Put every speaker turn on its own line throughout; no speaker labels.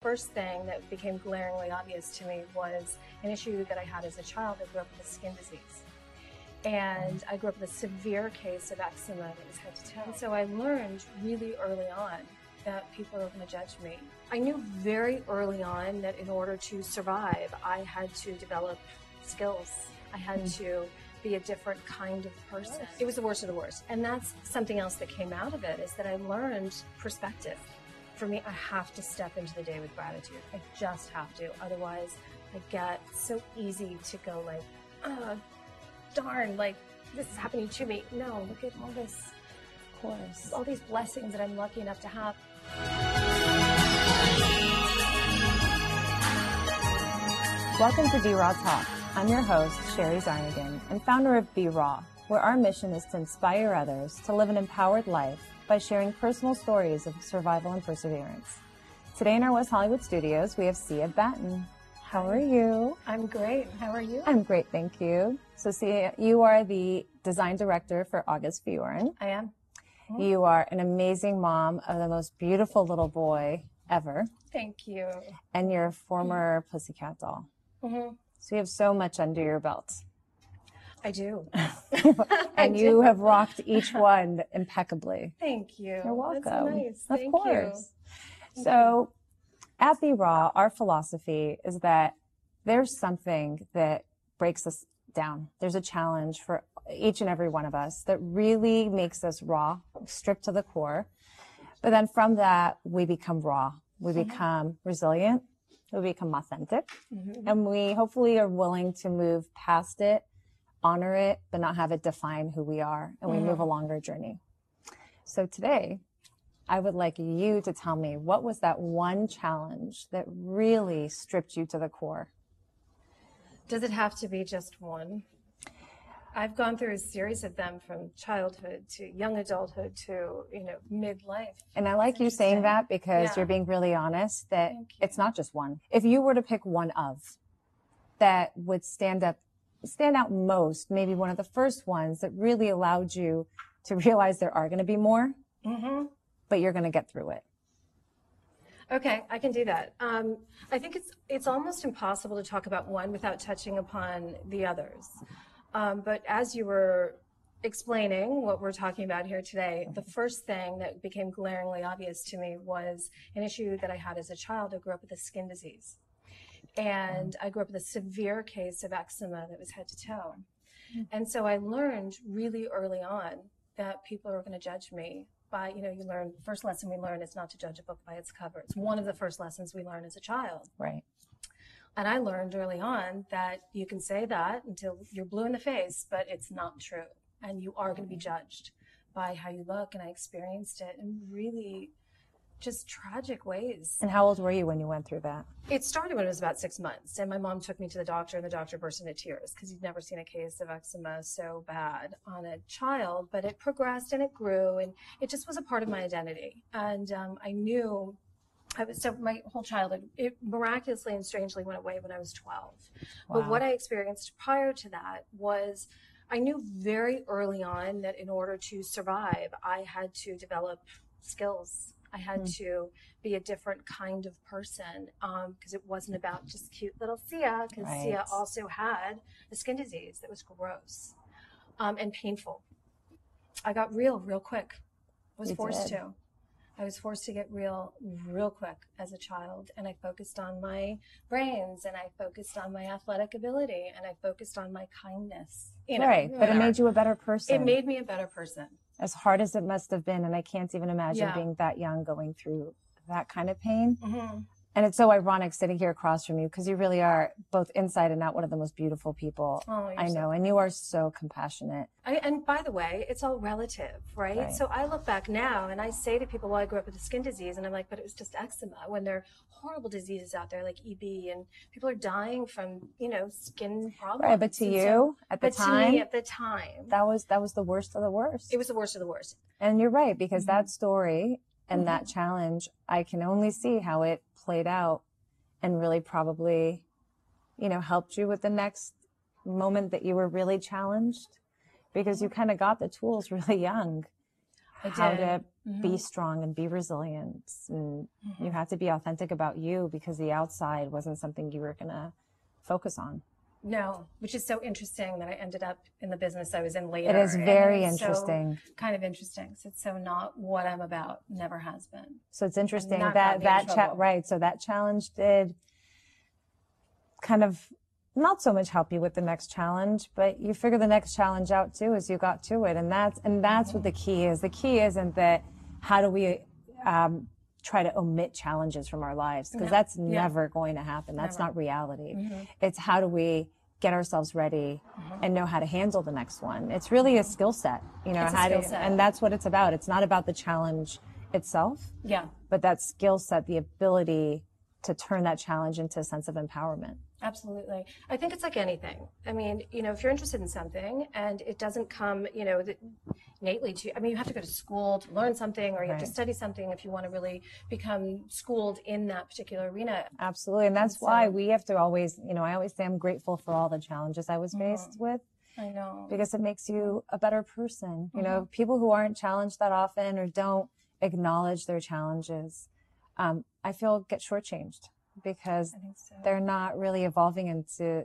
first thing that became glaringly obvious to me was an issue that I had as a child. I grew up with a skin disease. And I grew up with a severe case of eczema that was head to toe. And so I learned really early on that people are going to judge me. I knew very early on that in order to survive, I had to develop skills. I had to be a different kind of person. It was the worst of the worst. And that's something else that came out of it is that I learned perspective. For me, I have to step into the day with gratitude. I just have to. Otherwise, I get so easy to go like, oh, darn, like this is happening to me. No, look at all this
Of course.
all these blessings that I'm lucky enough to have.
Welcome to Be Raw Talk. I'm your host, Sherry Zarnigan, and founder of Be Raw, where our mission is to inspire others to live an empowered life by sharing personal stories of survival and perseverance. Today in our West Hollywood studios, we have Sia Batten. How are you?
I'm great. How are you?
I'm great, thank you. So, Sia, you are the design director for August Bjorn.
I am.
You are an amazing mom of the most beautiful little boy ever,
Thank you.
and you're a former pussycat doll.
Mhm.
So you have so much under your belt.
I do.
and you have rocked each one impeccably.
Thank you.
You're welcome.
Oh, That's nice.
Of
Thank
course. So at Be Raw, our philosophy is that there's something that breaks us down. There's a challenge for each and every one of us that really makes us raw, stripped to the core. But then from that, we become raw. We
Mm-hmm.
become resilient. We become authentic.
you. Mhm.
And we hopefully are willing to move past it, honor it, but not have it define who we are. And we
Mm-hmm.
move a longer journey. So today, I would like you to tell me what was that one challenge that really stripped you to the core?
Does it have to be just one? I've gone through a series of them from childhood to young adulthood to, you know, midlife.
And I like you saying
interesting.
that because
Yeah.
you're being really honest that
Thank you.
it's not just one. If you were to pick one of that would stand up, stand out most, maybe one of the first ones that really allowed you to realize there are going to be more,
Mm-hmm.
but you're going to get through it.
Okay, I can do that. Um, I think it's it's almost impossible to talk about one without touching upon the others. Um, but as you were explaining what we're talking about here today, the first thing that became glaringly obvious to me was an issue that I had as a child. I grew up with a skin disease, and I grew up with a severe case of eczema that was head to toe. And so I learned really early on that people are going to judge me by, you know, you learn, first lesson we learn is not to judge a book by its cover. It's one of the first lessons we learn as a child.
Right.
And I learned early on that you can say that until you're blue in the face, but it's not true. And you are going to be judged by how you look. And I experienced it in really just tragic ways.
And how old were you when you went through that?
It started when I was about six months, and my mom took me to the doctor, and the doctor burst into tears because he'd never seen a case of eczema so bad on a child. But it progressed and it grew, and it just was a part of my identity. And um, I knew I was so my whole childhood. It miraculously and strangely went away when I was twelve. But
Wow.
what I experienced prior to that was. I knew very early on that in order to survive, I had to develop skills. I
Hmm.
had to be a different kind of person because it wasn't about just cute little Sia, because
Right.
Sia also had a skin disease that was gross um, and painful. I got real real quick. I was
You
forced
did.
to. I was forced to get real real quick as a child, and I focused on my brains, and I focused on my athletic ability, and I focused on my kindness. You know,
right. But it
whatever.
made you a better person.
it made me a better person.
as hard as it must have been. And I can't even imagine
Yeah.
being that young going through that kind of pain.
Mhm.
And it's so ironic sitting here across from you because you really are both inside and out one of the most beautiful people
Oh, you're
I
so
know. And you are so compassionate.
I, and by the way, it's all relative, right?
Right.
So I look back now and I say to people, well, I grew up with a skin disease. And I'm like, but it was just eczema when there are horrible diseases out there like EB and people are dying from, you know, skin problems.
Right. But to
And
you
Oh, so-
at the
but to
time,
me at the time,
that was that was the worst of the worst.
it was the worst of the worst.
and you're right, because
Mm-hmm.
that story and that challenge, I can only see how it played out and really probably, you know, helped you with the next moment that you were really challenged because you kind of got the tools really young.
Mm-hmm. I
how
did.
to
Mhm.
be strong and be resilient. And
Mhm.
you had to be authentic about you because the outside wasn't something you were going to focus on.
No, which is so interesting that I ended up in the business I was in later.
It is
And
very
it's so
interesting.
kind of interesting. 'cause it's so not what I'm about. Never has been.
So it's interesting
not
that
gonna be in
that chat
trouble.
right. So that challenge did kind of not so much help you with the next challenge, but you figure the next challenge out too as you got to it, and that's and that's what the key is. The key isn't that how do we um, try to omit challenges from our lives because
No.
that's
Yeah.
never going to happen. That's
Never. Mm-hmm.
not reality. It's how do we get ourselves ready and know how to handle the next one. It's really a skill set, you know,
It's a
how
skill
to,
set.
and that's what it's about. It's not about the challenge itself
Yeah,
but that skill set, the ability to turn that challenge into a sense of empowerment.
absolutely. I think it's like anything. I mean, you know, if you're interested in something and it doesn't come, you know, that innately to, I mean, you have to go to school to learn something or you have to
Right.
study something if you want to really become schooled in that particular arena.
Absolutely. And that's
so-
why we have to always, you know, I always say I'm grateful for all the challenges I was faced with
I know.
because it makes you a better person. You know, people who aren't challenged that often or don't acknowledge their challenges, um, I feel get shortchanged because
I think so.
they're not really evolving into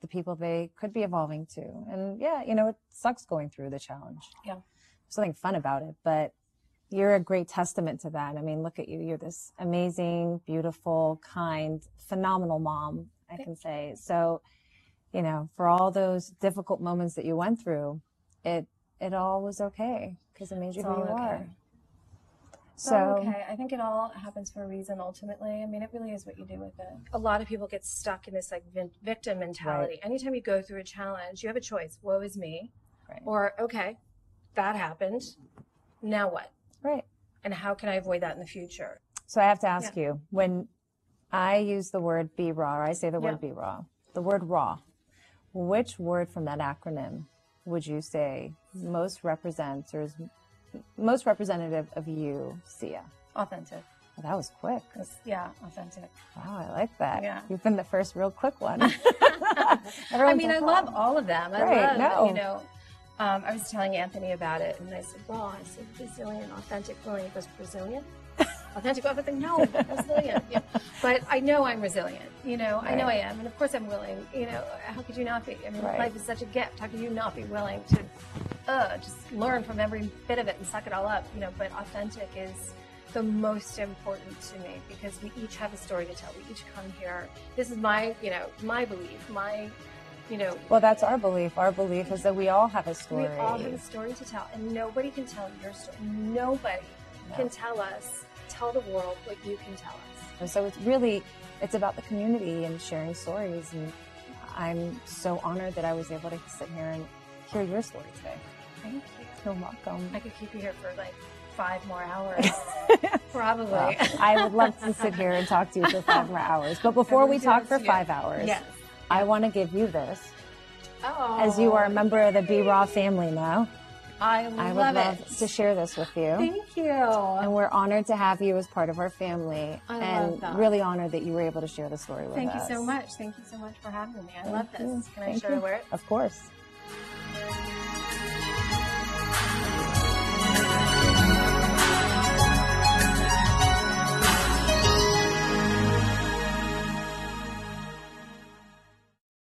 the people they could be evolving to. And yeah, you know, it sucks going through the challenge.
Yeah.
There's something fun about it, but you're a great testament to that. I mean, look at you. You're this amazing, beautiful, kind, phenomenal mom, I can say. So, you know, for all those difficult moments that you went through, it it all was okay because it made you
It's
who you
all okay.
are.
It's
So
all okay. I think it all happens for a reason ultimately. I mean, it really is what you do with it. A lot of people get stuck in this like vin- victim mentality. Anytime you go through a challenge, you have a choice woe is me,
Right.
or okay, that happened. Now what?
right.
And how can I avoid that in the future?
So I have to ask you when I use the word be raw, or I say the word be raw, the word raw, which word from that acronym would you say most represents or is most representative of you, Sia?
Authentic.
Well, that was quick.
It's- yeah, authentic.
Wow, I like that.
Yeah.
You've been the first real quick one. I
I mean, I love all of them. I
Right,
love,
no.
you know, um, I was telling Anthony about it, and I said, "Well, I said Brazilian, authentic Brazilian." He goes, "Brazilian, authentic." I was like, "No, Brazilian." Yeah. But I know I'm resilient. You know, I know I
Right.
am, and of course I'm willing. You know, how could you not be? I mean,
Right.
life is such a gift. How could you not be willing to uh, just learn from every bit of it and suck it all up? You know, but authentic is the most important to me because we each have a story to tell. We each come here. This is my, you know, my belief, my, you know,
Well, that's our belief. Our belief is that we all have a story.
we all have a story to tell, and nobody can tell your story. Nobody can tell us, tell the world what you can tell us.
And so it's really, it's about the community and sharing stories. And I'm so honored that I was able to sit here and hear your story today.
Thank you.
You're welcome.
I could keep you here for like five more hours, probably.
Well, I would love to sit here and talk to you for five more hours. But before we
really
talk
do
for
too.
five hours,
Yes.
I want to give you this.
Oh,
As you are a member of the B Raw family now,
I,
I would
love,
love
it.
to share this with you.
Thank you.
And we're honored to have you as part of our family.
I
and
love that.
really honored that you were able to share the story with
Thank
us.
you so much. Thank you so much for having me. I love
you.
this. Can I
Thank
show
you.
you where it?
Of course.